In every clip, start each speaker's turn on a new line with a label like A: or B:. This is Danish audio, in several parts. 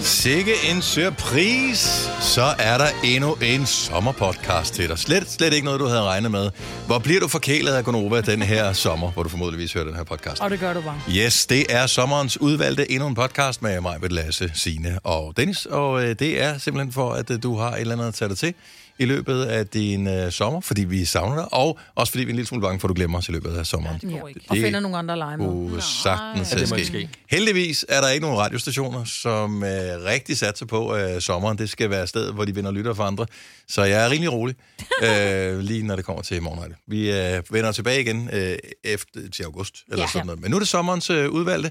A: sikke en surprise. Så er der endnu en sommerpodcast til dig. Slet, slet ikke noget, du havde regnet med. Hvor bliver du forkælet af Gonova den her sommer, hvor du formodentligvis hører den her podcast?
B: Og det gør du bare.
A: Yes, det er sommerens udvalgte endnu en podcast med mig, med Lasse, Sine og Dennis. Og øh, det er simpelthen for, at øh, du har et eller andet at tage dig til i løbet af din øh, sommer, fordi vi savner dig, og også fordi vi er en lille smule bange for, at du glemmer os i løbet af sommeren. Ja,
B: Ja. Og finder nogle andre at lege med.
A: kunne sagtens
C: Ja, det må
A: ske.
C: ikke ske.
A: Heldigvis er der ikke nogen radiostationer, som øh, rigtig satser på øh, sommeren. Det skal være stedet, hvor de vinder lytter for andre. Så jeg er rimelig rolig, øh, lige når det kommer til morgenhøjde. Vi øh, vender tilbage igen øh, efter, til august, eller ja.
B: Ja.
A: sådan noget. Men nu er det sommerens øh, udvalgte,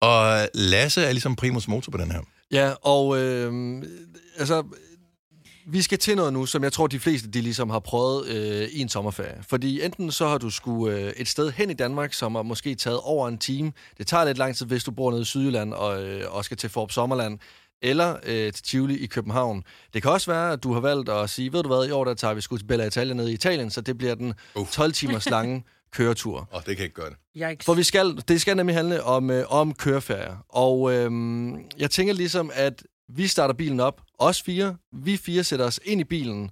A: og Lasse er ligesom primus motor på den her.
C: Ja, og øh, altså, vi skal til noget nu, som jeg tror, de fleste de ligesom har prøvet øh, i en sommerferie. Fordi enten så har du skulle øh, et sted hen i Danmark, som har måske taget over en time. Det tager lidt lang tid, hvis du bor nede i Sydjylland og, øh, og skal til Forop Sommerland. Eller øh, til Tivoli i København. Det kan også være, at du har valgt at sige, ved du hvad, i år der tager vi sgu til Bella Italia ned i Italien, så det bliver den
A: Uh.
C: 12-timers lange køretur.
A: Og det kan ikke gøre det.
B: Jeg ikke...
C: For vi skal, det skal nemlig handle om, øh, om køreferier. Og øhm, jeg tænker ligesom, at vi starter bilen op, os fire. Vi fire sætter os ind i bilen,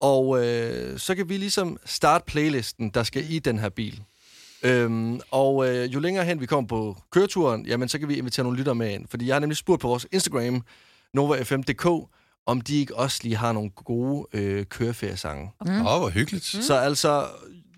C: og øh, så kan vi ligesom starte playlisten, der skal i den her bil. Øhm, og øh, jo længere hen vi kommer på køreturen, jamen så kan vi invitere nogle lyttere med ind. Fordi jeg har nemlig spurgt på vores Instagram, novafm.dk, om de ikke også lige har nogle gode øh, køreferiesange. Mm.
A: Åh, hvor hyggeligt. Mm.
C: Så altså,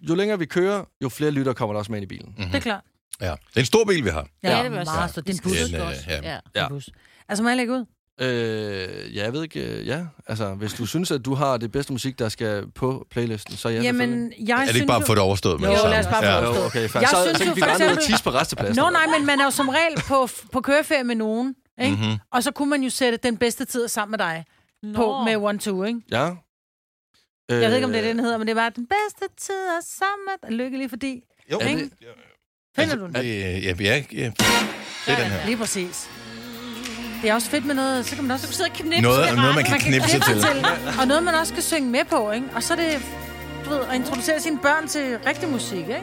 C: jo længere vi kører, jo flere lyttere kommer der også med ind i bilen.
B: Det er klart.
A: Ja. Det er en stor bil, vi har.
B: Ja,
D: Ja,
B: ja
D: det
B: det
D: vil
B: er
D: jeg
B: meget
D: sige.
B: stort. Det er
D: Vi
B: en
A: Den,
D: skal-
B: bus. ikke
A: øh,
B: også?
A: ja.
D: Ja.
B: ja.
C: Ja.
B: En bus. Altså, må jeg lægge ud?
C: Øh, ja, jeg ved ikke. øh, Ja, altså, hvis du synes, at du har det bedste musik, der skal på playlisten, så ja,
B: Jamen,
C: selvfølgelig.
B: jeg
A: Er det
B: synes
A: ikke bare
B: jo-
A: for det overstået? med
B: Jo,
A: det samme?
B: lad os bare få
A: Ja.
B: det overstået.
C: Jo, okay, fair.
B: Jeg
C: så,
B: synes
C: så
B: jo
C: kan vi
B: for
C: bare ned og
B: eksempel-
C: tisse på restepladsen.
B: Nå nej, men man er jo som regel på, på køreferie med nogen, ikke?
A: Mhm.
B: Mm-hmm. og så kunne man jo sætte den bedste tid sammen med dig
D: Nå.
B: på med One Two, ikke?
C: Ja. Øh,
B: Jeg ved ikke, om det er det, den hedder, men det var den bedste tid at sammen med dig. Lykke lige fordi.
A: Jo.
B: Ikke?
C: det-
B: Finder du den?
A: Det, ja, ja, ja. Det er den her.
B: Lige præcis. Det er også fedt med noget, så kan man også sidde og knipse.
A: Noget,
B: med
A: noget man
B: retten.
A: kan knipse til.
B: Og noget, man også kan synge med på, ikke? Og så er det, du ved, at introducere sine børn til rigtig musik, ikke?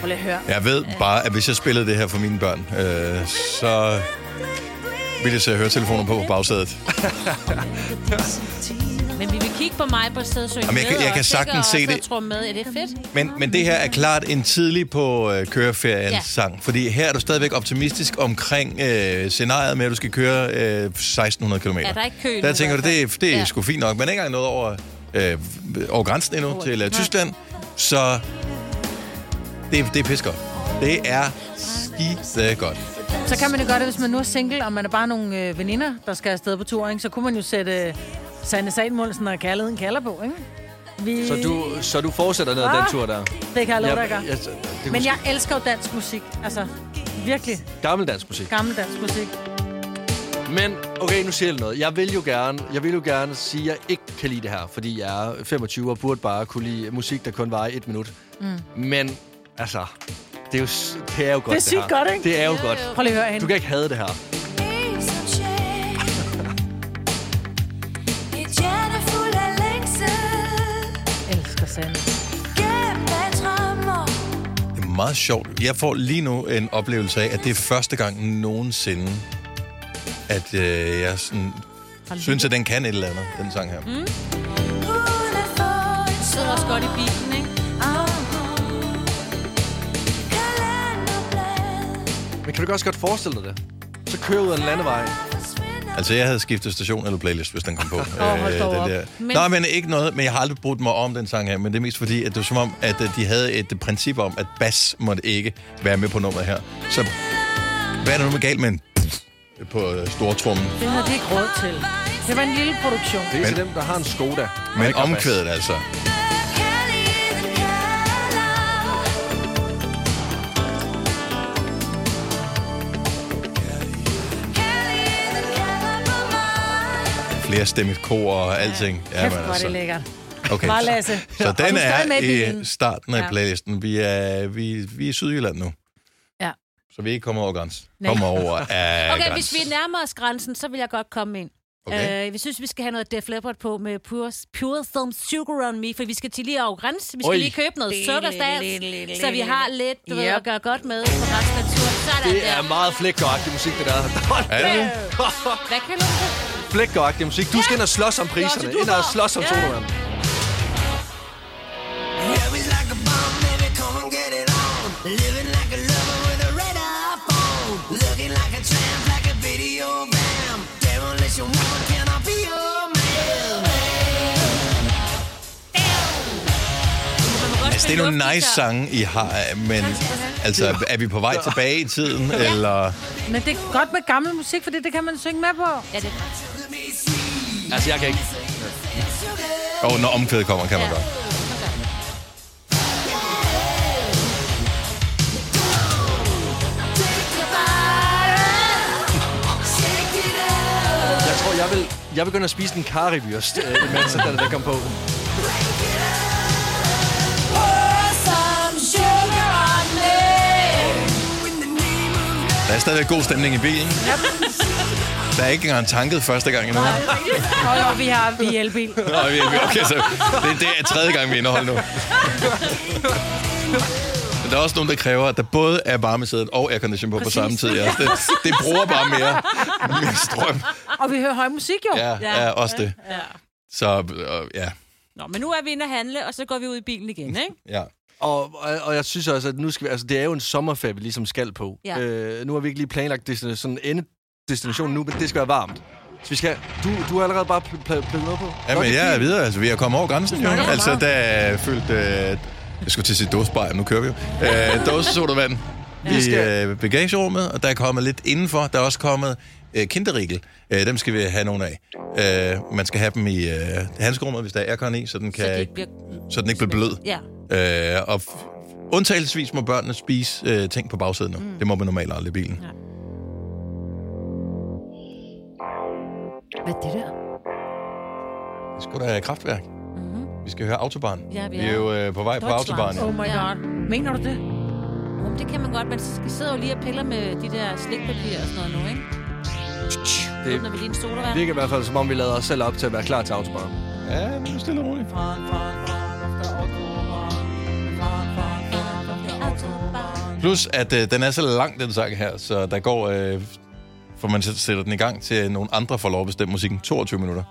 B: Prøv lige at høre.
A: Jeg ved bare, at hvis jeg spillede det her for mine børn, øh, så ville jeg sætte høretelefoner på på bagsædet.
D: Men vi vil kigge på mig på stedet, så
A: Jamen, jeg kan- jeg kan sagtens se det.
D: Tror med, er det fedt?
A: Men, men det her er klart en tidlig på øh, køreferien ja.
D: Ja.
A: sang, fordi her er du stadigvæk optimistisk omkring øh, scenariet med, at du skal køre øh, 1600 km.
D: Ja, der er ikke kø
A: Der
D: nu,
A: tænker
D: i
A: du,
D: hvert
A: det, er- det er ja.
D: Ja.
A: sgu fint nok, men ikke engang noget over, øh, over grænsen endnu til øh, Tyskland, så det, det er pisker. Det er skide godt.
B: Så kan man jo gøre det, hvis man nu er single, og man er bare nogle øh, veninder, der skal afsted på tur, ikke? Så kunne man jo sætte øh, Sanne Salmonsen og Kærligheden kalder på, ikke? Vi...
C: Øh, Så du, så du fortsætter ned ad den tur der?
B: Det kan Ah. jeg love dig, jeg gør.
C: jeg, det
B: Men
C: men jeg...
B: jeg elsker jo dansk musik, altså virkelig
C: Gammeldansk musik.
B: gammel dansk musik.
C: Men, okay, nu siger jeg noget. Jeg vil jo gerne, jeg vil jo gerne sige, at jeg ikke kan lide det her, fordi jeg er 25 og burde bare kunne lide musik, der kun varer et minut. Mm. Men, altså, det er jo, s- det er jo godt, det,
B: sygt
C: her.
B: godt, ikke?
C: Det er jo, jo godt.
B: Prøv lige at høre hende.
C: Du kan ikke have det her.
B: elsker Sanne.
A: Det er meget sjovt. Jeg får lige nu en oplevelse af, at det er første gang nogensinde, at øh, jeg sådan, synes, at den kan et eller andet, den sang her. Mm.
D: Sidder også godt i bilen, ikke?
C: Men kan du ikke også godt forestille dig det? Så kører ud ad en landevej.
A: Altså, jeg havde skiftet station eller playlist, hvis den kom på. øh,
B: hold dog op.
A: Men...
D: Men-
A: Nej, men ikke noget, men jeg har aldrig brugt mig om den sang her, men det er mest fordi, at det var som om, at øh, de havde et øh, princip om, at bass måtte ikke være med på nummeret her. Så hvad er der nu med galt med en på øh, stortrummen?
B: Det havde de ikke råd til. Det var en lille produktion.
C: Det er
A: Men-
C: til dem, der har en Skoda. og
A: Men
C: ikke har bas.
A: omkvædet altså. Flere stemmigt kor og alting. Ja, altså.
B: Kæft, hvor er
C: altså.
B: det lækkert.
A: Okay.
B: Bare Lasse.
A: Så
B: Og
A: den
B: du stadig med i
A: er i
B: bilen.
A: starten af
B: Ja.
A: playlisten. Vi er, vi, vi er i Sydjylland nu.
B: Ja.
A: Så vi er ikke kommet over græns.
B: Nej.
A: Kommer over af
D: Okay,
A: græns.
D: hvis vi nærmer os grænsen, så vil jeg godt komme ind.
A: Okay.
D: Øh, vi synes, vi skal have noget Def Leppard på med Pure, pure Some Sugar On Me, for vi skal til lige over grænsen. Vi skal
C: Oi.
D: lige købe noget sukkerstats, så vi har lidt du ved,
B: Yep.
D: at gøre godt med på resten af turen. Sådan
C: Det er
D: der.
C: meget flækkeragtig musik, det der.
A: Er det det?
D: Hvad kalder du det?
C: flækkeragtig musik. Du skal ind og slås om priserne.
D: Nå, så du
C: Ind og
D: får-
C: slås om
D: Ja.
C: solen.
E: Love is like a bomb, baby, come and get it on. Living like a lover with a radar phone. Looking like a tramp, like a video man. Demolition woman, can I be your man?
D: Man må godt
A: Altså, det er
D: spille
A: nogle nice
D: luftgitar.
A: sange, I har, men altså, er vi på vej tilbage i tiden, eller...
B: Men det er godt med gammel musik, fordi det kan man synge med på.
D: Ja, det
C: Altså, jeg kan ikke.
A: Åh, oh, når omkvædet kommer, kan man
D: Ja.
A: godt.
C: altså, Jeg tror, jeg vil, jeg begynder at spise en karibyrst, øh, imens at den der kom på.
A: Der er stadigvæk god stemning i bilen. Der er ikke engang tanket første gang endnu.
B: Og jo, vi har vi er elbil.
A: Nå, vi- vi- okay, så det, det er tredje gang, vi indeholder nu. Men der er også nogen, der kræver, at der både er varmesædet og aircondition på Præcis. på samme tid. Ja. Det, det bruger bare mere, mere strøm.
B: Og vi hører høj musik jo.
A: Ja, ja, ja også det.
D: Ja.
A: Så øh, ja,
D: Nå, men nu er vi inde at handle, og så går vi ud i bilen igen, ikke?
A: ja.
C: Og, og, og jeg synes også, at nu skal vi, altså, det er jo en sommerferie, vi ligesom skal på.
D: Ja.
C: Øh, nu har vi ikke lige planlagt destin- sådan en destination nu, men det skal være varmt. Så vi skal... Du, du har allerede bare pl- pl- pl- noget på? Godt,
A: Jamen,
C: det
A: jeg er
C: fint.
A: videre. Altså, vi er kommet over grænsen, jo.
B: Ja.
A: Altså, der er fyldt... Øh, jeg skulle til at sige dåsebajer, nu kører vi jo. Øh, dåsesodavand i
C: skal-
A: øh, bagagerummet, og der er kommet lidt indenfor. Der er også kommet øh, kinderrigel. Øh, dem skal vi have nogle af. Øh, man skal have dem i øh, handskerummet, hvis der er aircon i, så den, kan,
D: Så det ikke bliver...
A: så den ikke bliver blød.
D: Ja.
A: Øh, og f- undtagelsesvis må børnene spise øh, ting på bagsædet nu. Mm. Det må man normalt aldrig i bilen. Ja.
D: Hvad er det der?
A: Det skulle da kraftværk. Mm-hmm. Vi skal høre Autobahn.
D: Ja, vi
A: vi er
D: er.
A: jo øh, på vej på
D: Deutschland.
A: Autobahn.
B: Oh my
D: Ja.
B: god. Mener du det?
D: Jamen, det kan man godt, men så sidder jo lige og piller med de der slikpapirer og sådan noget nu, ikke? Det... Åbner vi lige en sodavand?
C: Det virker i hvert fald, som om vi lader os selv op til at være klar til autobahn.
A: Ja, men stille og roligt. Plus, at øh, den er så lang, den sang her, så der går... Øh, for man sætter den i gang til, at nogle andre får lov at bestemme musikken. 22 minutter.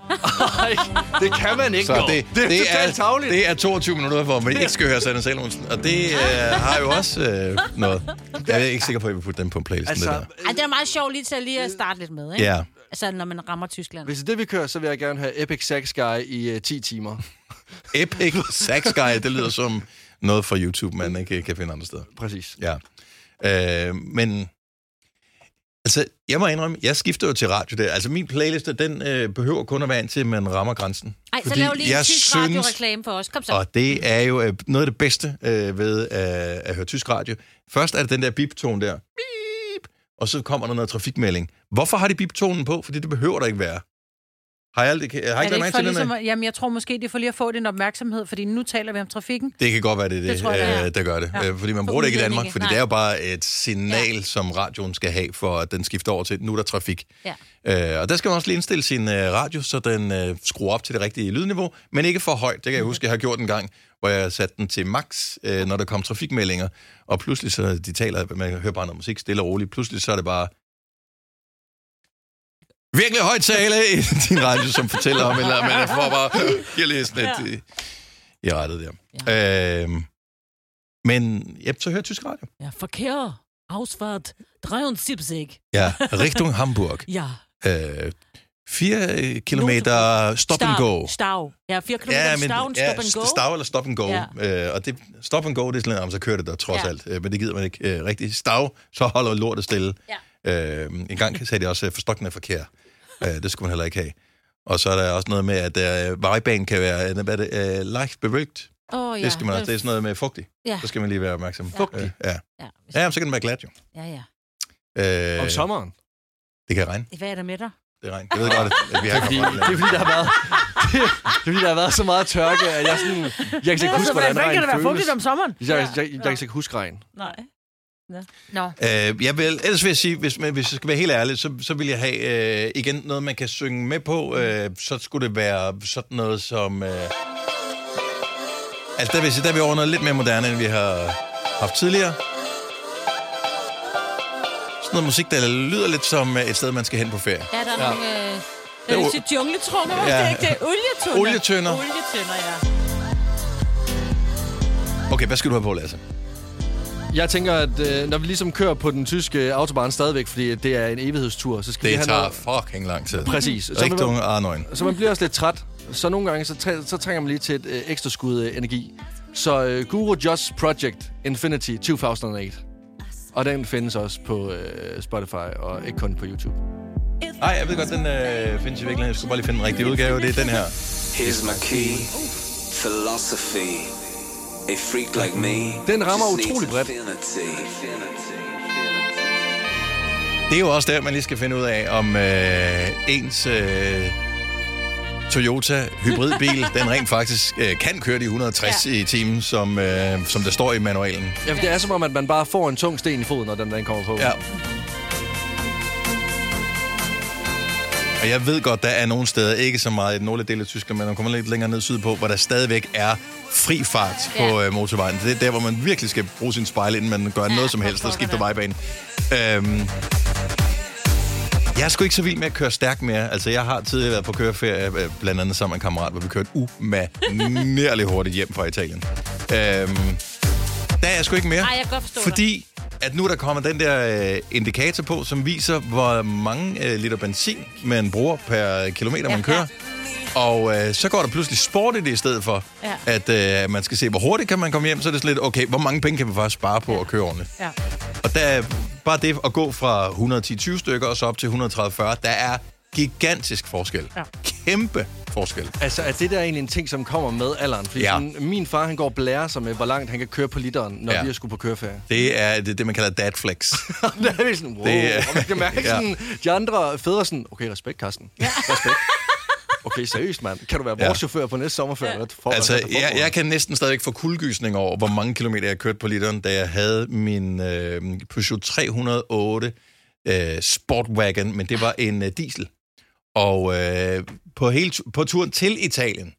C: Nej, det kan man ikke.
A: Så
C: jo.
A: det,
C: det, det er
A: er,
C: totalt det...
A: det er 22 minutter, hvor man ikke skal høre Sanne Salomonsen. Og det øh, har jo også øh, noget. Jeg er ikke sikker på, at jeg vil putte den på en playlist. Altså,
C: Altså,
A: det
D: Ej, det er meget sjovt lige til at, lige at starte lidt med,
A: der.
D: ikke?
A: Ja.
D: Altså, når man rammer Tyskland.
C: hvis det er det, vi kører, så vil jeg gerne have Epic Sax Guy i uh, 10 timer.
A: Epic Sax Guy, det lyder som noget fra YouTube, man ikke kan finde andre steder.
C: Præcis.
A: Ja. Øh, men... Altså, jeg må indrømme, jeg skifter jo til radio der. Altså, min playliste, den øh, behøver kun at være indtil, man rammer grænsen.
D: Ej, så
A: Fordi
D: lav lige en
A: jeg
D: tysk
A: synes-
D: radioreklame for os. Kom så.
A: Og det er jo øh, noget af det bedste øh, ved øh, at høre tysk radio. Først er det den der bip-tone der. Bip! Og så kommer der noget trafikmelding. Hvorfor har de bip-tonen på? Fordi det behøver der ikke være. Har jeg, aldrig, har jeg
B: Er
A: ikke
B: det
A: lagt
B: ikke
A: mærke
B: for
A: til den
B: ligesom,
A: her?
B: at- jamen, jeg tror måske, det er for lige at få din opmærksomhed, fordi nu taler vi om trafikken.
A: Det kan godt være, det er det,
B: Det tror jeg, det er.
A: øh, der gør det.
D: Ja.
A: Ja. Fordi man
D: For
A: bruger det ikke i
D: udlændinge.
A: Danmark, fordi
D: Nej.
A: det er jo bare et signal, ja. som radioen skal have, for at den skifter over til, at nu er der trafik.
D: Ja.
A: Øh, og der skal man også lige indstille sin øh, radio, så den øh, skruer op til det rigtige lydniveau, men ikke for højt. Det kan jeg
D: Mhm.
A: huske, jeg har gjort en gang, hvor jeg satte den til max, øh, når der kom trafikmeldinger, og pludselig så de taler, man hører bare noget musik stille og roligt, pludselig så er det bare virkelig højt tale i din radio, som fortæller om, eller man får bare jeg lige sådan lidt i, i rettet der. Ja. Øh, men ja, så hører jeg tysk radio.
D: Ja, forkær. Ausfahrt 73.
A: Ja, Richtung Hamburg.
D: Ja.
A: Øh, 4 kilometer stop and go.
D: Stav. Ja, 4 km ja, stav, stop and go.
A: Stav eller stop and go. Ja. Øh, og det, stop and go, det er sådan, at så kører det der trods ja.
D: Ja.
A: alt. Øh, men det gider man ikke øh, rigtigt. Stav, så holder lortet stille. Ja. Øh, en gang sagde de også, at forstokkende forkert. Øh, det skulle man heller ikke have. Og så er der også noget med, at øh, vejbanen kan være øh, hvad er det, øh, leicht bevægt.
D: Åh,
A: Ja, det, skal man, også- det er sådan noget med fugtig.
D: Ja.
A: Så skal man lige være opmærksom.
D: Fugtig?
A: Øh, ja.
D: Ja,
A: ja, men så kan den være glat jo.
D: ja, ja.
A: Øh,
C: Om sommeren.
A: det kan regne.
D: Hvad er der med dig?
A: Det regner. Jeg ved godt, at vi har
C: Fordi,
A: ikke haft
C: det er fordi, der har været... Det, det er fordi, der har været så meget tørke, at jeg sådan... Jeg kan slet ikke
B: Ellers
C: huske,
B: så-
C: hvordan
B: hvordan
C: regn
B: Altså, kan det være
C: føles.
B: fugtigt om sommeren?
C: Jeg, jeg, jeg, jeg kan slet ikke huske regn.
D: Nej.
B: Nå.
A: Øh, jeg vil, ellers vil jeg sige, hvis, man, hvis jeg skal være helt ærlig, så, så vil jeg have øh, igen noget, man kan synge med på. Øh, så skulle det være sådan noget som... Øh, altså, der vil jeg sige, der er vi over noget lidt mere moderne, end vi har haft tidligere. Sådan noget musik, der lyder lidt som øh, et sted, man skal hen på ferie.
D: Ja, der er
C: Ja.
D: ja. nogle... Øh,
A: Det
D: jeg
A: er
D: vil
A: jo-
D: sige jungletrummer,
A: Ja.
D: ja. det er ikke det. Olietønder.
A: Olietønder.
D: Olietønder, ja.
A: Okay, hvad skal du have på, Lasse?
C: Jeg tænker, at øh, når vi ligesom kører på den tyske autobahn stadigvæk, fordi det er en evighedstur, så skal vi
A: Det
C: have
A: tager
C: noget...
A: fucking lang tid.
C: Præcis. Så vil
A: Rigtig ah,
C: man-
A: unge Arnøjen.
C: Så man bliver også lidt træt. Så nogle gange, så, træ- så trænger man lige til et øh, ekstra skud øh, energi. Så øh, Guru Josh Project Infinity 2008. Og den findes også på øh, Spotify, og ikke kun på YouTube.
A: Nej, jeg ved godt, den øh, findes i virkeligheden. Jeg skulle bare lige finde den rigtige udgave. Det er den her.
F: Here's my key. Philosophy. A freak like me.
C: Den rammer
F: just needs
C: utrolig bredt.
F: affinity.
A: Det er jo også der, man lige skal finde ud af, om øh, ens øh, Toyota hybridbil, den rent faktisk øh, kan køre de 160 ja. i timen, som, øh, som der står i manualen.
C: Ja, for det er som om, at man bare får en tung sten i foden, når den, den kommer på.
A: Ja. Og jeg ved godt, der er nogle steder, ikke så meget i den nordlige del af Tyskland, men når man kommer lidt længere ned sydpå, hvor der stadigvæk er fri fart på
D: Ja.
A: øh, motorvejen. Det er der, hvor man virkelig skal bruge sin spejl, inden man gør ja, noget som
D: for
A: helst og
D: pokker
A: skifter
D: da.
A: vejbane. Øhm, jeg er sgu ikke så vild med at køre stærkt mere. Altså, jeg har tidligere været på køreferie, øh, blandt andet sammen med en kammerat, hvor vi kørte umanerlig hurtigt hjem fra Italien. Øhm, der er jeg sgu ikke mere.
D: Ej, jeg kan godt forstå
A: Fordi at nu er der kommet den der øh, indikator på, som viser, hvor mange øh, liter benzin man bruger per kilometer, man
D: Ja.
A: kører. Og øh, så går der pludselig sport i det i stedet for,
D: Ja.
A: at øh, man skal se, hvor hurtigt kan man komme hjem. Så er det sådan lidt, okay, hvor mange penge kan vi faktisk spare på at køre ordentligt?
B: Ja.
A: Og der er bare det at gå fra 110-20 stykker og så op til 130-40, der er gigantisk forskel.
B: Ja.
A: Kæmpe forskel.
C: Altså, er det der egentlig en ting, som kommer med alderen? Fordi
A: Ja.
C: ja. sådan, min far, han går og blærer sig med, hvor langt han kan køre på literen, når
A: Ja.
C: ja. vi er skulle på køreferie.
A: Det er det, det man kalder dadflex.
C: det er vi sådan, wow.
A: Det
C: Det,
A: er-
C: og man kan mærke
A: Ja.
C: ja. sådan, de andre fædre sådan, okay, respekt, Carsten. Ja. Respekt. Okay, seriøst, mand. Kan du være vores
A: Ja.
C: ja. chauffør på næste sommerferie? Ja. For,
A: Altså, jeg, jeg kan næsten stadigvæk få kuldgysning over, hvor mange kilometer jeg kørte på literen, da jeg havde min øh, Peugeot 308 øh, Sportwagon, men det var en øh, diesel. Og øh, på, hele, tu- på turen til Italien,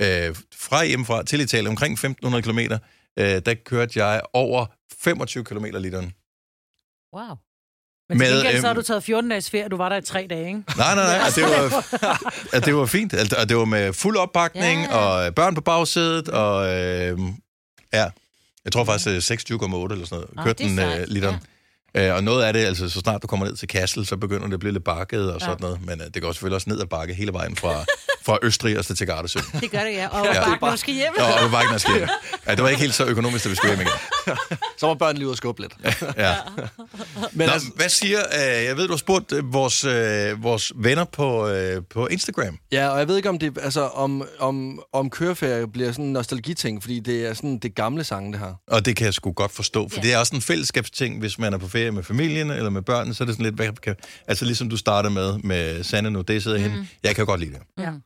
A: øh, fra hjemmefra til Italien, omkring 1.500 km, øh, der kørte jeg over 25 km literen.
B: Wow. Men
A: Med,
B: til gengæld, så har
A: øhm,
B: du taget 14 dages ferie, og du var der i tre dage, ikke?
A: Nej, nej, nej. Og det var, og det var fint. Altså, Og det var med fuld opbakning, ja.
D: Ja.
A: og øh, børn på bagsædet, og øh, ja, jeg tror faktisk øh, 26,8 eller sådan
D: Nå,
A: noget. Kørte
D: det er
A: den øh,
D: sejt,
A: literen. Ja. Øh, og noget af det, altså så snart du kommer ned til Kassel, så begynder det at blive lidt bakket og sådan noget. Men øh, det går selvfølgelig også ned ad bakke hele vejen fra, fra Østrig og så til Gardasøen.
D: Det gør det, ja. Og
A: Ja.
D: ja. bare måske hjemme.
A: Og det var ikke noget sker. Ja, det var ikke helt så økonomisk, at vi skulle hjem igen.
C: Så må børnene lige ud og skubbe lidt.
A: Ja.
C: Men
A: Nå,
C: altså,
A: hvad siger, øh, jeg ved, du har spurgt øh, vores, øh, vores venner på, øh, på Instagram.
C: ja, og jeg ved ikke, om, det, altså, om, om, om køreferie bliver sådan en nostalgiting, fordi det er sådan det gamle sang, det her.
A: Og det kan jeg sgu godt forstå, for ja.
D: Ja.
A: det er også en fællesskabsting, hvis man er på ferie med familien eller med børnene, så er det sådan lidt, hvad kan, altså ligesom du starter med, med Sanne nu, det sidder mm.
D: Mhm.
A: hende, jeg kan godt lide det.
B: Ja.
D: Mm.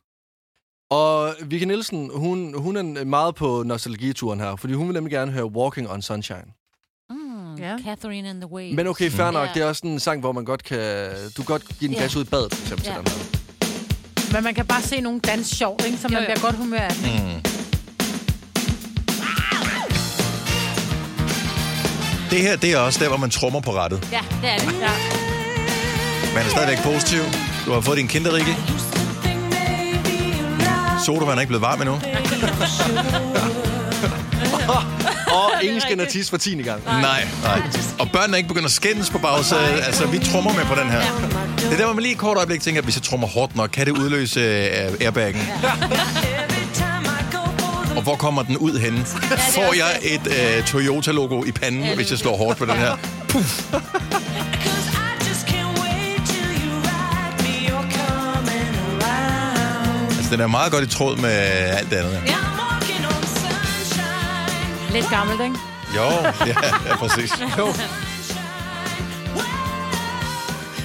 C: Og Vicky Nielsen, hun, hun er meget på nostalgituren her, fordi hun vil nemlig gerne høre Walking on Sunshine.
D: Mm,
B: Ja.
D: Catherine and the Waves.
C: Men okay, fair nok,
D: Ja.
C: det er også sådan en sang, hvor man godt kan... Du kan godt give en
D: Ja.
C: gas ud i badet, for eksempel, til
D: Ja.
C: den her.
B: Men man kan bare se nogen danse sjovt, ikke? Så man
D: Jo,
B: jo, jo.
D: jo.
B: bliver godt humør af den, ikke?
A: Det her, det er også der, hvor man trummer på rettet.
D: Ja, det er det. Ja.
A: Man er stadigvæk positiv. Du har fået din kinder, Rikke. Sodavand er ikke blevet varm endnu.
C: Og ingen skinner tis for tiende gang.
A: Nej, nej. Og børnene er ikke begyndt at skændes på bagsædet. Altså, vi trummer med på den her. Det er der, hvor man lige et kort øjeblik tænker, at hvis jeg trummer hårdt nok, kan det udløse øh, airbaggen. Og hvor kommer den ud henne? Får jeg et øh, Toyota-logo i panden,
D: Ja,
A: hvis jeg slår hårdt på den her? Altså, den er meget godt i tråd med alt det andet.
B: Lidt gammelt, ikke?
A: Jo, ja, ja præcis. Jo.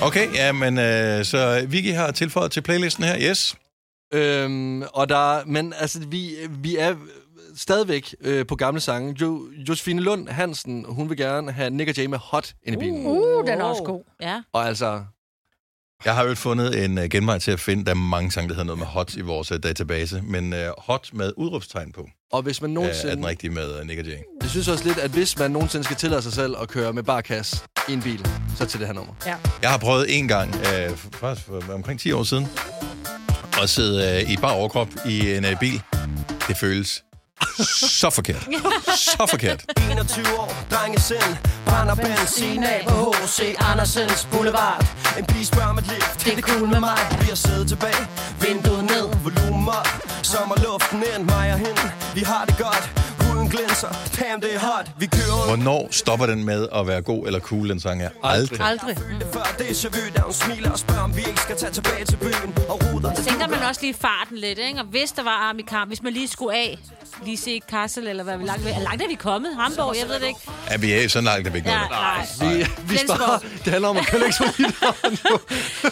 A: Okay, ja, men øh, så Vicky har tilføjet til playlisten her, yes.
C: Øhm, og der, men altså, vi, vi er stadigvæk øh, på gamle sange. Jo, Josefine Lund Hansen, hun vil gerne have Nick og Jay med Hot ind i bilen. Uh.
B: Uh, den er også god.
D: Ja.
C: Og altså,
A: Jeg har jo fundet en øh, genvej til at finde, der er mange sange, der hedder noget med hot i vores øh, database, men øh, hot med udråbstegn på
C: og hvis man
A: øh, er
C: nogensinde...
A: den rigtige med øh, Nick og Jay.
C: jeg synes også lidt, at hvis man nogensinde skal tillade sig selv at køre med bare kasse, i en bil, så til det her nummer.
B: Ja.
A: Jeg har prøvet en gang, øh, faktisk for omkring 10 år siden, at sidde øh, i bare overkrop i en øh, bil. Det føles så forkert. Så forkert.
E: 21 år, drengesind Brænder benzin af på H.C. Andersens Boulevard En pige spørger om et lift, det er det cool med mig Vi har siddet tilbage, vinduet ned, volumen op Sommerluften ind, mig og hende, vi har det godt Huden glinser, damn det er hot Vi kører rundt
A: Hvornår stopper den med at være god eller cool, den sang er? Aldrig.
B: Aldrig.
E: det før det er vu, da hun smiler og spørger, om vi ikke skal tage tilbage til byen og ruder.
D: Så Tænker man også lige farten lidt, ikke? Og hvis der var arm i kamp, hvis man lige skulle af, lige se Kassel, eller hvad vi langt, er langt er vi kommet? Hamburg, jeg ved det ikke.
A: Ja, vi er sådan langt, at vi ikke
D: Ja,
A: ja.
D: nej.
C: Vi, vi
D: Flensborg.
C: sparer, det handler om at køre ikke så lidt.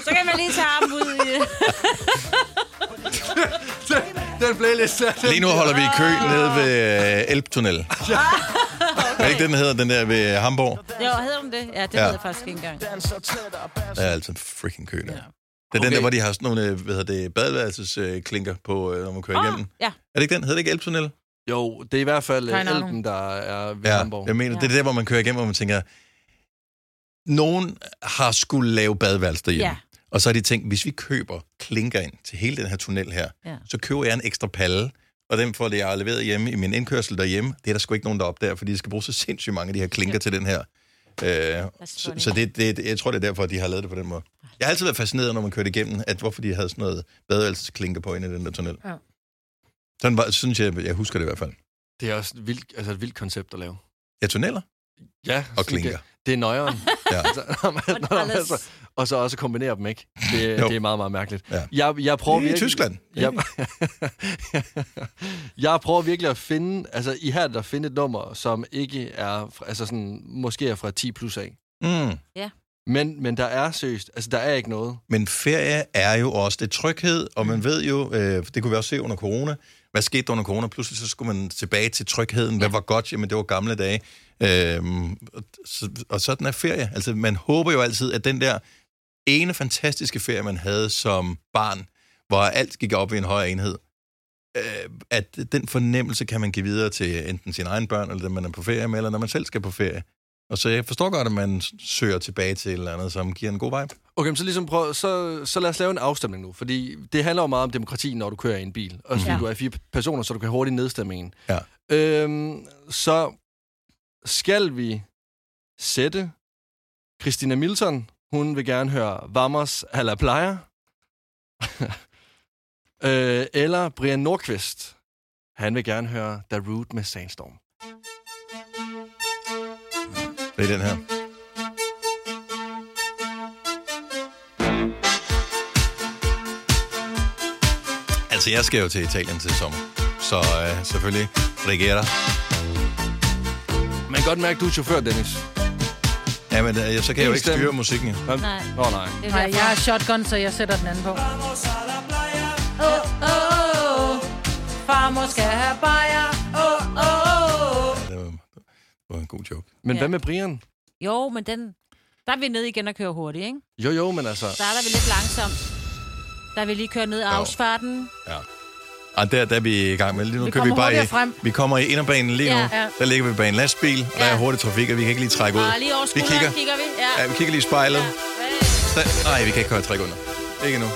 D: Så kan man lige tage armen ud i
C: Den playlist der, den,
A: Lige nu holder vi i kø nede ved øh, Elbtunnel. Ja. Er det ikke det, den hedder, den der ved Hamburg?
D: Jo, hedder den det? Ja, det
A: Ja.
D: ja. ved jeg faktisk ikke engang.
E: Danser tættere,
A: Der er altid en freaking kø der. Det er den
C: Okay.
A: der, hvor de har sådan nogle øh, hvad hedder det, badeværelsesklinker på, øh, når man kører
D: Åh,
A: igennem.
D: ja.
A: Er det ikke den? Hedder det ikke Elbtunnel?
C: Jo, det er i hvert fald øh,
B: Keine Ahnung.
C: Elben, der er ved
A: Ja,
C: Hamburg.
A: jeg mener, det er der, hvor man kører igennem, hvor man tænker, nogen har skulle lave badeværelse derhjemme.
D: Ja.
A: Og så har de tænkt, hvis vi køber klinker ind til hele den her tunnel her,
D: Ja.
A: så køber jeg en ekstra palle, og den får det, jeg har leveret hjemme i min indkørsel derhjemme. Det er der sgu ikke nogen, der opdager, fordi de skal bruge så sindssygt mange af de her klinker ja. til den her. Øh, så
D: funny.
A: så det, det, jeg tror, det er derfor, at de har lavet det på den måde. Jeg har altid været fascineret, når man kørte igennem, at hvorfor de havde sådan noget badeværelsesklinker på inde i den der tunnel.
B: Ja.
A: Sådan var, synes jeg, jeg husker det i hvert fald.
C: Det er også et vildt, altså et vildt koncept at lave.
A: Ja, tunneller
C: Ja,
A: og
C: sådan
A: klinker.
C: Det, det er nøjeren.
A: Ja.
C: altså, når man, når man,
D: alles.
C: altså, og så også kombinere dem, ikke? Det,
A: Jo.
C: det er meget, meget mærkeligt.
A: Ja.
C: Jeg, jeg prøver
A: Det er i
C: virkelig,
A: Tyskland.
C: Jeg, jeg prøver virkelig at finde, altså i her at finde et nummer, som ikke er, fra- altså sådan, måske er fra 10 plus af.
A: Mm.
C: Men, men der er seriøst, altså der er ikke noget.
A: Men ferie er jo også det er tryghed, og man ved jo, øh, det kunne vi også se under corona, hvad skete der under corona? Pludselig så skulle man tilbage til trygheden. Hvad var godt? Jamen, det var gamle dage. Øhm, og, så, og sådan er ferie. Altså, man håber jo altid, at den der ene fantastiske ferie, man havde som barn, hvor alt gik op i en højere enhed, øh, at den fornemmelse kan man give videre til enten sine egne børn, eller dem, man er på ferie med, eller når man selv skal på ferie. Og så jeg forstår godt, at man søger tilbage til et eller andet, som giver en god vibe.
C: Okay, men så, ligesom prøv, så, så lad os lave en afstemning nu, fordi det handler jo meget om demokrati, når du kører i en bil.
D: Mm.
C: Og fordi
B: Ja.
C: du er fire personer, så du kan hurtigt nedstemme en.
A: Ja.
C: Øhm, så skal vi sætte Christina Milton, hun vil gerne høre Vammers a la Playa, øh, eller Brian Nordqvist, han vil gerne høre The Root med Sandstorm.
A: Det er den her. Altså, jeg skal jo til Italien til sommer. Så øh, selvfølgelig, Regera.
C: Man kan godt mærke, du er chauffør, Dennis.
A: Ja, men øh, så kan jeg jo ikke
C: Stemme.
A: styre musikken. jo.
C: Nå,
D: Nej.
C: Nå, nej.
D: Det er
B: Nej,
D: derfor.
B: jeg er shotgun, så jeg sætter den anden på. Åh, åh, farmor skal have bajer. Åh, åh.
A: Det var, det var en god joke.
C: Men
D: Ja.
C: hvad med Brian?
D: Jo, men den... Der er vi nede igen og kører hurtigt, ikke?
C: Jo, jo, men altså...
D: Der er der vi lidt langsomt. Der vil lige køre ned af afsvarten.
A: Ja. Og der, der er vi i gang med. Lige nu
B: Vi
A: kører vi
B: kommer
A: bare
B: hurtigere
A: i,
B: frem.
A: Vi kommer i inderbanen lige nu.
D: Ja.
A: Ja.
B: Ja.
A: Der ligger vi bag en lastbil, og der
D: Ja.
A: er hurtig trafik, og vi kan ikke lige trække ud.
D: Og lige over
A: vi
D: skulderen
A: kigger.
D: kigger. kigger vi. Ja.
A: Ja, vi kigger lige i spejlet.
D: Ja.
A: Der, nej, vi kan ikke køre tre under. Ikke nu.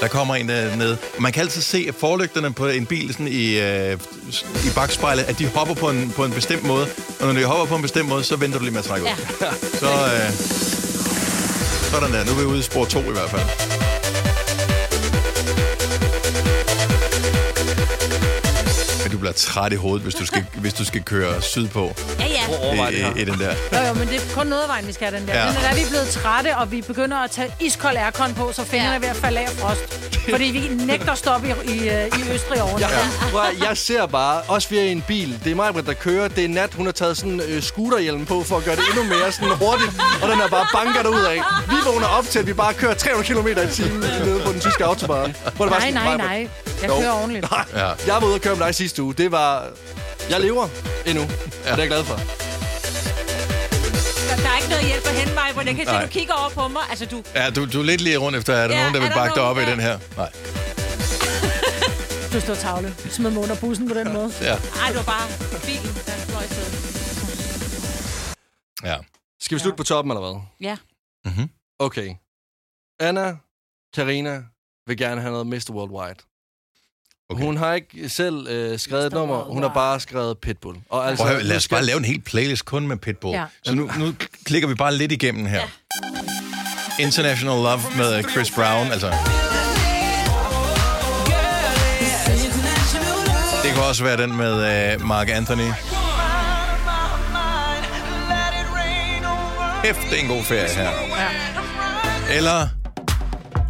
A: Der kommer en dernede. Og man kan altid se, at forlygterne på en bil sådan i, øh, i bagspejlet, at de hopper på en, på en bestemt måde. Og når de hopper på en bestemt måde, så venter du lige med at trække ud.
D: Ja.
A: Så, øh, sådan der. Nu er vi ude i spor 2 i hvert fald. Men du bliver træt i hovedet, hvis du skal, hvis du skal køre sydpå
D: Ja, ja.
C: Overvej det her.
A: i, i, i den der.
B: Jo, jo, men det er kun noget vejen, vi skal have den der.
A: Ja.
B: Ja. Men når vi er blevet trætte, og vi begynder at tage iskold aircon på, så fingrene
D: Ja.
B: er ved at falde af af frost. Fordi vi nægter at stoppe i, i, øh, i Østrig over.
C: Ja.
B: Ja.
C: Prøv, at- jeg ser bare, også vi er i en bil. Det er mig, der kører. Det er nat. Hun har taget sådan en øh, scooterhjelm på for at gøre det endnu mere sådan hurtigt. Og den er bare banker derud af. Vi vågner op til, at vi bare kører 300 km i timen nede på den tyske autobahn. Hvor det bare
B: Nej,
C: sådan,
B: nej,
C: Maj-Brit,
B: nej. Jeg
C: Jo.
B: kører ordentligt.
A: Ja.
C: Jeg var ude og køre med dig sidste uge. Det var... Jeg lever endnu. Ja. Og det er jeg glad for.
D: Der, der er ikke noget hjælp at hente mig, hvor jeg kan se,
A: Nej.
D: du kigger over på mig. Altså, du...
A: Ja, du, du er lidt lige rundt efter, er der ja,
D: Ja,
A: nogen, der
D: er
A: vil
D: der
A: bakke dig op
D: nogen,
A: i
D: ja.
A: den her? Nej.
B: Du står tavle. Smid mig under bussen på den måde.
A: Ja.
D: Ej, du var bare bilen, der fløj afsted.
A: ja.
C: Skal vi slutte på toppen, eller hvad?
D: Ja.
A: Mm-hmm.
C: Okay. Anna Karina vil gerne have noget Mr. Worldwide.
A: Okay.
C: Okay. Hun har ikke selv øh, skrevet et
B: Mr.
C: nummer, hun har
B: Worldwide.
C: bare skrevet Pitbull. Og altså,
A: Prøv at, høre, lad
C: nu
A: os
C: skal-
A: bare lave en hel playlist kun med Pitbull. Ja.
B: Ja.
A: Så nu, nu klikker vi bare lidt igennem her. International Love med Chris Brown. Altså, det kunne også være den med øh, Mark Anthony. Hæft, det er en god ferie her. Eller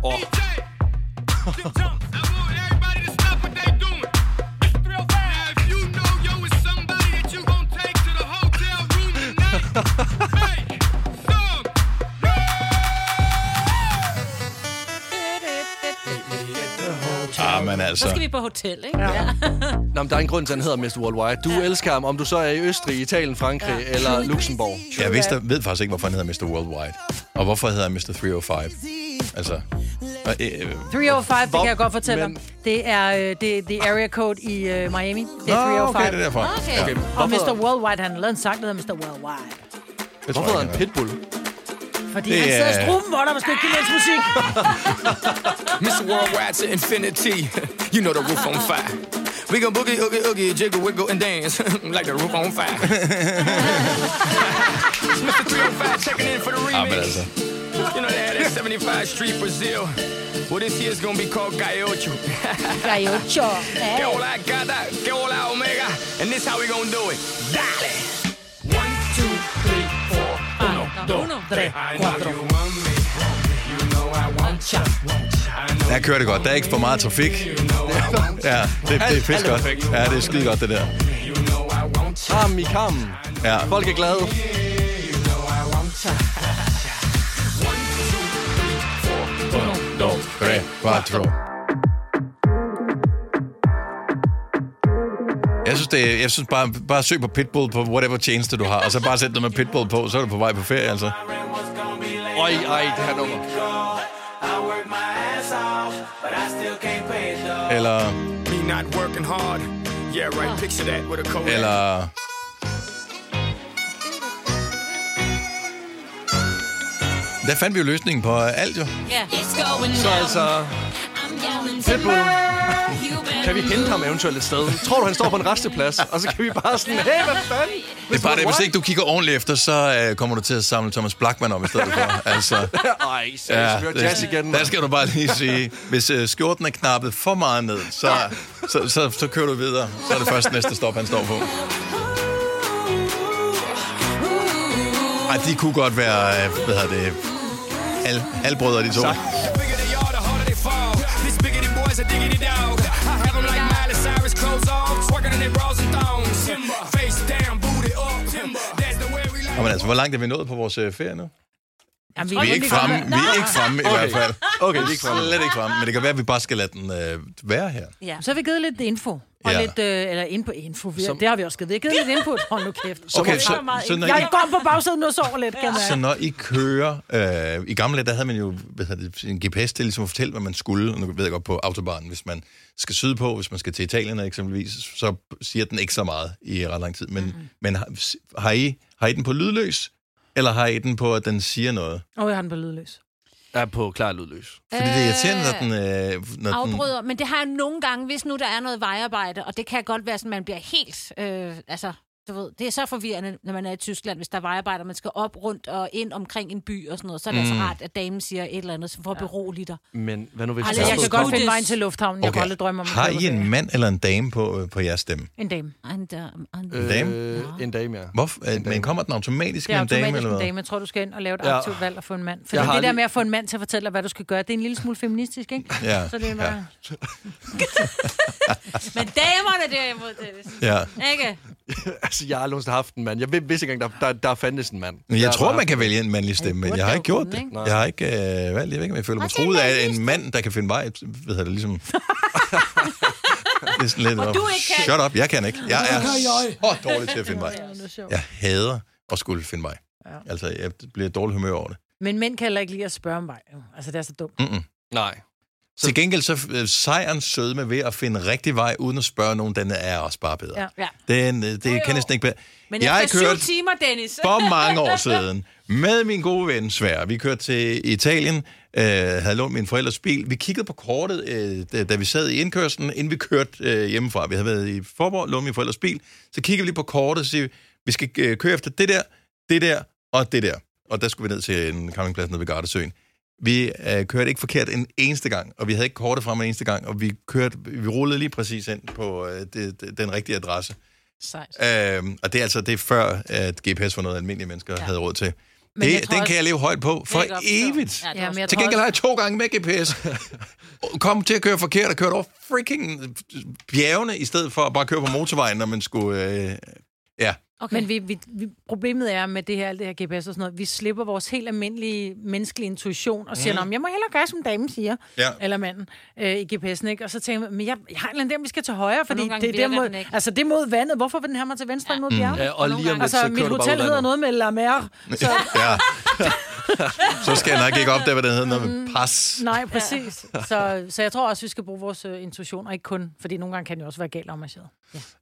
G: Oh.
C: Åh,
A: Ah, men
D: Så skal
A: altså.
D: vi på hotel, ikke? Ja. ja.
C: Nå, men der er en grund til, at han hedder Mr. Worldwide. Du ja. elsker ham, om du så er i Østrig, Italien, Frankrig ja. eller Luxembourg.
A: Jeg vidste, ved faktisk ikke, hvorfor han hedder Mr. Worldwide. Og hvorfor hedder han Mr. 305. Altså. Og, øh,
B: 305, det
C: Hvor-
B: kan jeg godt fortælle
C: men-
B: dig. Det er øh, det, det er area code i øh, Miami. Det er
A: Nå,
B: 305.
A: Ah, okay, det er derfor.
D: Ah, Okay.
A: Ja,
D: okay.
B: Og
C: Hvorfor-
B: Mr. Worldwide, han har lavet en sang, der hedder Mr. Worldwide.
A: det tror
C: Hvorfor hedder
A: jeg,
C: han
A: han
C: Pitbull?
B: Fordi
A: Det
B: han sidder
A: er-
B: i struben, hvor der måske ikke er musik.
G: Mr. Worldwide to infinity. You know the roof on fire. We gon' boogie, oogie, oogie, jiggle, wiggle, and dance like the roof on fire. Mr. 305 checking in for the
A: Ah, men
G: remix.
A: altså.
G: You know that at 75 Street, Brazil. Well, this here's gonna be called Gaiocho.
D: Gaiocho.
G: Que hola, gata, que hola, omega. And this how we gonna do it. Dale. One, two, three, four. Uno,
D: uno,
G: dos,
D: tres,
G: tres. I know you want me. You know I want ya. I know
A: Her kører det godt. Der er ikke for meget trafik. Ja, det, det er fisk godt. Ja, det er skide godt, det der.
G: you know I want ya.
C: Ham i kammen.
A: Ja.
C: Folk er glade.
A: Tre, quattro. Jeg synes, det, er- jeg synes bare, bare søg på Pitbull på whatever tjeneste du har, og så bare sæt noget med Pitbull på, så er du på vej på ferie, altså.
C: Øj, ej, det her nummer.
A: Eller,
G: Me not working hard. Yeah, right. Picture that with a coat.
A: eller... Der fandt vi jo løsningen på alt, jo.
D: Ja. It's going
C: Så altså, Pitbull. Kan vi hente ham eventuelt et sted? Tror du, han står på en resteplads? Og så kan vi bare sådan, hey, hvad fanden?
A: Det er bare det, hvis ikke du kigger ordentligt efter, så øh, kommer du til at samle Thomas Blackman om i stedet for. Altså,
C: Ej, seriøst, ja, vi hører jazz igen.
A: der
C: mand.
A: skal du bare lige sige, hvis øh, skjorten er knappet for meget ned, så, så, så, så kører du videre. Så er det først næste stop, han står på. Ej, de kunne godt være, øh, hvad hedder det, al, albrødre, de to.
G: The bigger they are, the harder they fall. This biggity boy's a diggity dog. I have them like Miley Cyrus, clothes off, twerking in their bras and thongs. Face down, booty up. That's the way we like.
A: Jamen altså, hvor langt er vi nået på vores øh, ferie nu?
B: Jamen,
A: Vi er ikke fremme, vi er ikke fremme i hvert fald.
C: Okay, vi er ikke fremme.
A: Slet ikke fremme, men det kan være, at vi bare skal lade den øh, være her.
D: Ja.
B: Så har vi givet lidt info. Og
A: Ja.
B: ja. lidt, øh, eller ind på info. Vi,
C: Som-
B: Det har vi også givet. Vi har givet lidt input. Hold nu kæft.
A: Okay,
B: Jeg
A: så-
B: har meget
A: så
B: info.
A: når I-
B: Jeg går på bagsædet nu og sover lidt, kan jeg
A: Så
B: mærke.
A: når I kører... Øh, I gamle dage, der havde man jo hvad hedder det, en GPS til ligesom at fortælle, hvad man skulle. Og nu ved jeg godt på autobahnen, hvis man skal sydpå, hvis man skal til Italien eksempelvis, så siger den ikke så meget i ret lang tid. Men, mm-hmm. men har, har, I, har I den på lydløs? Eller har I den på, at den siger noget?
B: Åh, oh, jeg har den på lydløs.
C: Er på klar lydløs.
A: Fordi det er irriterende, når den... Øh, når den
D: afbryder, men det har jeg nogle gange, hvis nu der er noget vejarbejde, og det kan godt være sådan, man bliver helt, øh, altså, du ved, det er så forvirrende, når man er i Tyskland, hvis der er vejarbejde, og man skal op rundt og ind omkring en by og sådan noget, så er det mm. altså rart, at damen siger et eller andet, så får ja. beroligt dig.
C: Men hvad nu, hvis
B: Altså, jeg kan godt finde vejen til lufthavnen. Jeg kan aldrig drømme om, at
A: har I
B: jeg kører på
A: en
B: ferie.
A: mand eller en dame på, øh, på jeres stemme?
B: En dame.
D: And, uh, and,
A: En dame?
C: Øh, en dame, ja.
A: Hvorfor? øh, Men kommer den automatisk
B: Det er
A: med en dame?
B: automatisk
A: Eller
B: en
A: hvad?
B: dame. Jeg tror, du skal ind og lave et
C: Ja.
B: aktivt valg og få en mand. Fordi
C: Jeg har
B: det der
C: lige-
B: med at få en mand til at fortælle dig, hvad du skal gøre, det er en lille smule feministisk, ikke?
A: Ja,
B: Så det er
A: ja,
B: bare...
D: Men damerne derimod, Dennis.
A: ja.
D: Ikke?
C: Altså, jeg har aldrig nogensinde haft en mand. Jeg ved- vidste ikke engang, der, der, der fandtes en mand.
A: Men
C: Der
A: jeg
C: er
A: tror,
C: bare-
A: man kan vælge en mandlig stemme, men
B: burde
A: jeg har
B: der
A: ikke
B: jo
A: gjort
B: kunne,
A: det.
B: ikke?
C: Nej.
A: Jeg har ikke øh, valgt, jeg ved ikke, om jeg føler mig
D: Måske
A: troet af
D: mandlig
A: en mand, der kan finde vej. Ved jeg, det ligesom... det er sådan lidt,
D: Og du ikke kan.
A: Shut up, jeg kan ikke. Jeg er så dårlig til at finde vej. Jeg hader at skulle finde vej. Altså, jeg bliver i dårlig humør over det.
B: Men mænd kan heller ikke lide at spørge om vej. jo. Altså, det er så dumt.
A: Mm-mm.
C: Nej.
A: Til gengæld så øh, sejrens sødme ved at finde rigtig vej, uden at spørge nogen, den er også bare bedre.
B: Ja.
D: Ja.
A: Den, øh, det kan næsten ikke bedre.
D: Men
A: Jeg
D: efter
A: kørte-
D: syv timer, Dennis.
A: for mange år siden Med min gode ven Svær. Vi kørte til Italien, øh, havde lånt min forældres bil. Vi kiggede på kortet, øh, da- da vi sad i indkørslen, inden vi kørte øh, hjemmefra. Vi havde været i Forborg, lånt min forældres bil. Så kiggede vi lige på kortet og siger, vi skal øh, køre efter det der, det der og det der. Og der skulle vi ned til en campingplads nede ved Gardesøen. Vi øh, kørte ikke forkert en eneste gang, og vi havde ikke kortet frem en eneste gang, og vi, kørte, vi rullede lige præcis ind på øh, det, det, den rigtige adresse.
B: Sejt.
A: Øhm, og det er altså det er før, at GPS var noget, almindelige mennesker ja. havde råd til. Men
B: jeg
A: det,
B: tror
A: den
B: også-
A: kan jeg leve højt på for
D: Helt op, så-
A: evigt.
D: Ja, det
B: Ja,
D: var
B: men jeg
A: Til
B: tror
A: gengæld har jeg to gange med GPS. Kom til at køre forkert og kørte over freaking bjergene, i stedet for at bare køre på motorvejen, når man skulle... Øh, ja,
D: Okay.
B: Men vi, vi, vi, problemet er med det her, alt det her GPS og sådan noget, vi slipper vores helt almindelige menneskelige intuition og siger,
C: Mhm.
B: mm. jeg må hellere gøre, som damen siger,
A: Ja.
B: eller manden, øh, i GPS'en, ikke? Og så tænker man, men jeg, jeg har en eller anden der, om vi skal til højre, fordi
D: nogle gange
B: det er der
D: virker
B: mod,
D: den ikke.
B: altså det er mod vandet. Hvorfor vil den have mig til venstre ja. mod bjerget?
C: Ja, og lige om lidt, Mm. så
B: Altså,
C: kører
B: mit
C: du bare
B: hotel
C: ud af
B: hedder
C: landet.
B: noget med La Mer. Så,
A: ja. Så skal jeg nok ikke opdage, hvad det hedder, noget med pas.
B: nej, præcis. Så, så jeg tror også, vi skal bruge vores øh, intuition, og ikke kun, fordi nogle gange kan det jo også være galt arrangeret.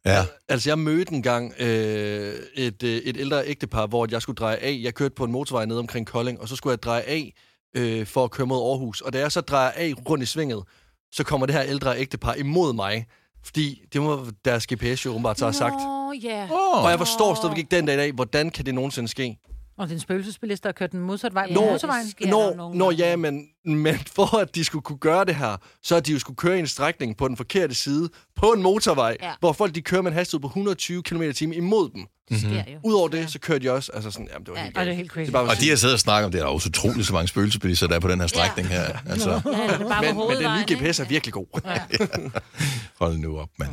A: Ja.
C: Altså, jeg mødte engang øh, et, øh, et ældre ægtepar, hvor jeg skulle dreje af. Jeg kørte på en motorvej nede omkring Kolding, og så skulle jeg dreje af øh, for at køre mod Aarhus. Og da jeg så drejer af rundt i svinget, så kommer det her ældre ægtepar imod mig, fordi det må deres GPS jo åbenbart så have sagt.
D: Åh, oh, ja. Yeah.
A: Oh.
C: Og jeg forstår stadigvæk ikke den dag i dag, hvordan kan det nogensinde ske?
B: Og den spøgelsesbilist, der har kørt den modsatte vej på
D: Nå.
B: motorvejen.
D: Ja, der er
C: Når,
D: nogen,
C: når
D: der-
C: ja, men, men for at de skulle kunne gøre det her, så har de jo skulle køre i en strækning på den forkerte side, på en motorvej,
D: Ja.
C: ja. hvor folk de kører med en hastighed på 120 km t imod dem.
D: Det sker jo.
C: Udover det, så kører de også, altså sådan, jamen det var
D: Ja,
C: helt
B: Og
C: galt.
B: det er helt crazy.
C: Det er bare,
A: Og de har siddet og snakket om, det er der også utroligt så mange spøgelsesbiliser, der er på den her strækning her. Altså.
D: Ja, det er bare
C: men,
D: på
C: men den nye
D: hovedvejen, ikke?
C: GPS er virkelig god. Ja.
A: Hold nu op, mand.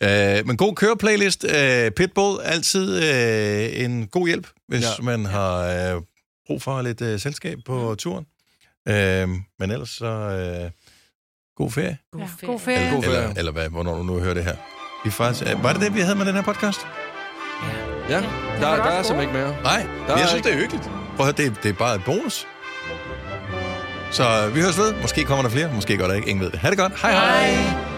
A: Øh, men god køreplaylist. Øh, Pitbull, altid øh, en god hjælp, hvis ja.
C: Ja.
A: man har øh, brug for lidt øh, selskab på turen. Øh, men ellers så øh, god ferie.
B: Ja,
D: ferie.
B: god ferie.
C: God ferie.
A: Eller, eller hvad, hvornår du nu hører det her. Vi er faktisk, øh, var det det, vi havde med den her podcast?
C: ja. Der,
B: var
C: der
B: da
C: er
B: også
C: simpelthen ikke mere.
A: Nej,
C: er
A: men jeg synes,
C: ikke-
A: det er hyggeligt. Prøv at høre, det, det er bare et bonus. Så øh, vi høres ved. Måske kommer der flere, måske gør der ikke. Ingen ved det. Ha' det godt. Hej hej. hej.